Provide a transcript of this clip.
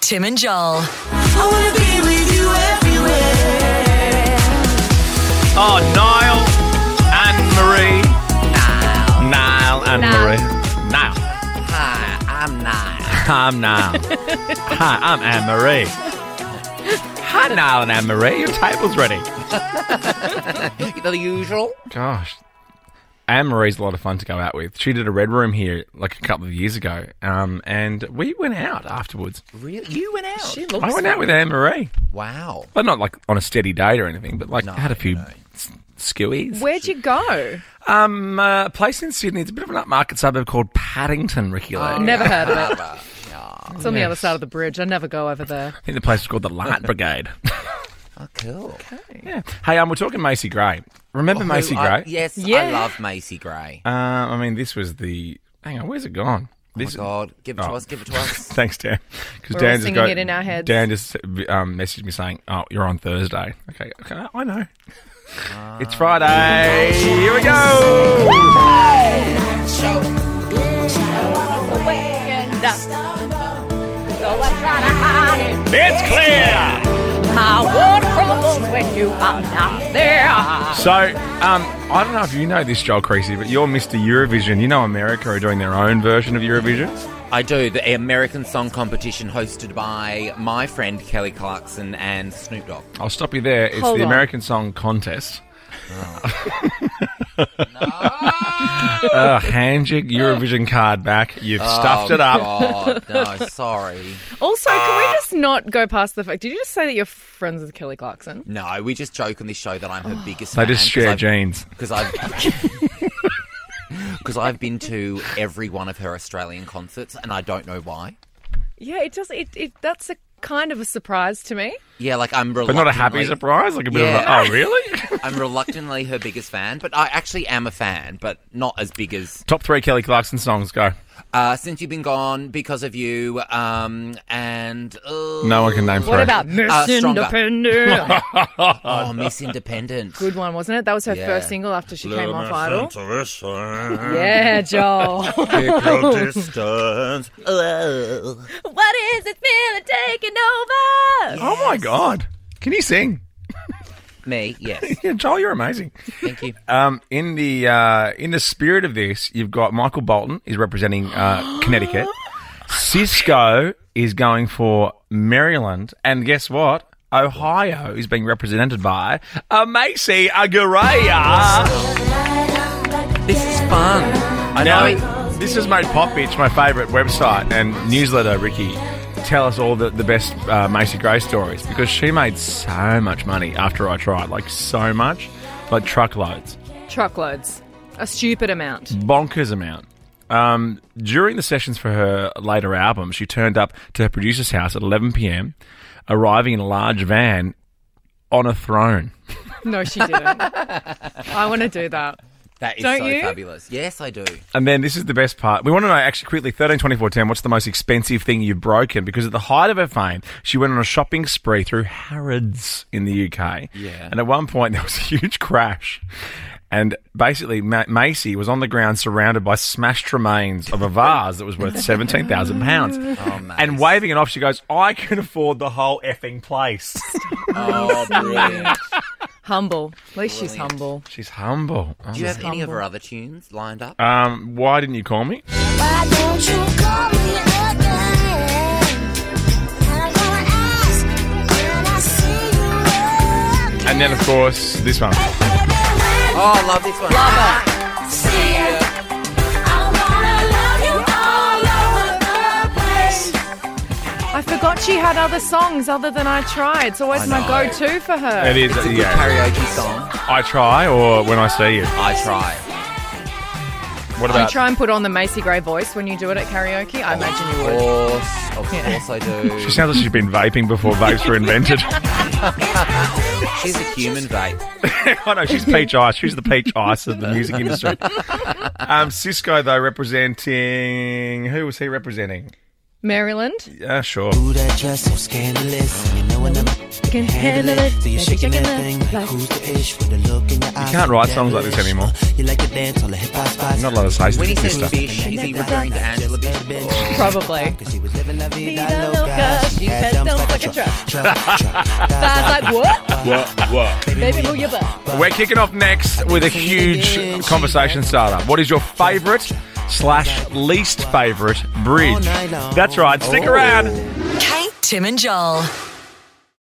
Tim and Joel. Oh, Niall and Marie. Niall. and Niall. Marie. Niall. I'm not. I'm Niall. Hi, I'm Anne Marie. Hi, Niall and Anne Marie. Your table's ready. You know the usual. Gosh. Anne Marie's a lot of fun to go out with. She did a Red Room here like a couple of years ago, um, and we went out afterwards. Really? You went out. She looks I went out with Anne Marie, Wow. but not like on a steady date or anything, but like No, had a few no. s- skewies. Where'd you go? Um, uh, a place in Sydney. It's a bit of an upmarket suburb called Paddington, Ricky Lake. Oh. Never heard of it. Uh, It's on the other Yes. side of the bridge. I never go over there. I think the place is called the Light Brigade. oh, cool. yeah. Hey, um, we're talking Macy Gray. Remember Macy Who Oh, I- Gray? yes, I Yeah. love Macy Gray. Uh, I mean, this was the. Hang on, where's it gone? oh my This, God. Give it to oh. us. Give it to us. Thanks, Dan. Because We're all singing it in our heads. Dan just um, messaged me saying, "Oh, you're on Thursday." Okay, okay, I know. it's Friday. Here we go. It's clear. So, um, I don't know if you know this, Joel Creasy, but you're Mr. Eurovision. You know America are doing their own version of Eurovision. I do. The American Song Competition hosted by my friend Kelly Clarkson and Snoop Dogg. I'll stop you there. It's Hold the on. American Song Contest. Oh. hand your Eurovision card back. You've stuffed Oh, it up. God. No, sorry. Also, can we just not go past the fact? Did you just say that you're friends with Kelly Clarkson? No, we just joke on this show that I'm her biggest They fan. just 'cause share I've- jeans. because I've because I've been to every one of her Australian concerts, and I don't know why. Yeah, it does. It, it that's a kind of a surprise to me. Yeah, like I'm But reluctantly, not a happy surprise, like a bit Yeah. of a, oh, really? I'm reluctantly her biggest fan, but I actually am a fan, but not as big as Top three Kelly Clarkson songs go. uh, since you've been gone because of you. Um, and uh, No one can name What three. about Miss Uh, stronger. Independent? oh, Miss Independent. Good one, wasn't it? That was her Yeah. first single after she came off Idol. Yeah, Joel. what is this feeling taking over? Oh my God! Can you sing? Me, yes, Yeah, Joel, you're amazing. thank you. Um, in the uh, in the spirit of this, you've got Michael Bolton is representing uh, Connecticut. Cisco is going for Maryland, and guess what? Ohio is being represented by uh, Macy Aguirre. This is fun. I know this has made Pop Bitch my favourite website and newsletter. Ricky, tell us all the the best uh, Macy Gray stories because she made so much money after I tried, like so much, like truckloads. Truckloads. A stupid amount. bonkers amount. Um, during the sessions for her later album, she turned up to her producer's house at 11 p.m., arriving in a large van on a throne. No, she didn't. I want to do that. That is Don't so you? fabulous. Yes, I do. And then this is the best part. We want to know actually quickly 13, 24, 10, what's the most expensive thing you've broken? Because at the height of her fame, she went on a shopping spree through Harrods in the UK. Yeah. And at one point, there was a huge crash. And basically, Ma- Macy was on the ground surrounded by smashed remains of a vase that was worth £17,000. and waving it off, she goes, I can afford the whole effing place. Oh, brilliant. Humble. At least she's humble. She's humble. Oh, Do you have Humble. any of her other tunes lined up? Um, why didn't you call me? Why don't you call me again? I'm gonna ask when I see you again. And then, of course, this one. Baby, Oh, I love this one. when I see you, I wanna love you all over the place. I forgot she had other songs other than I Try. It's always my know. go-to for her. It is, yeah. Karaoke song. I try or when I see you. I try. What You about try and put on the Macy Gray voice when you do it at karaoke. I imagine you Of would. course, of course I She do. sounds like she's been vaping before vapes were invented. She's a human vape. oh no, she's peach ice. She's the peach ice of the music industry. Um, Cisco though representing who was he representing? Maryland. Yeah, sure. Ooh, that dress so scandalous. You know when I'm Can handle it. So you're shaking that thing like who's the ish with a look in your eyes. can't write songs like this anymore. You like to dance on the hip hop spots. Not a lot of size. When he to this says stuff. fish, is he referring to Angela Bish? Probably. Cause she was living la vida Oh. loca. She had That's like, what? What? What? Baby, move your butt. We're kicking off next with a huge conversation starter. What is your favourite slash least favourite bridge? That's right. Stick around. Kate, Tim, and Joel.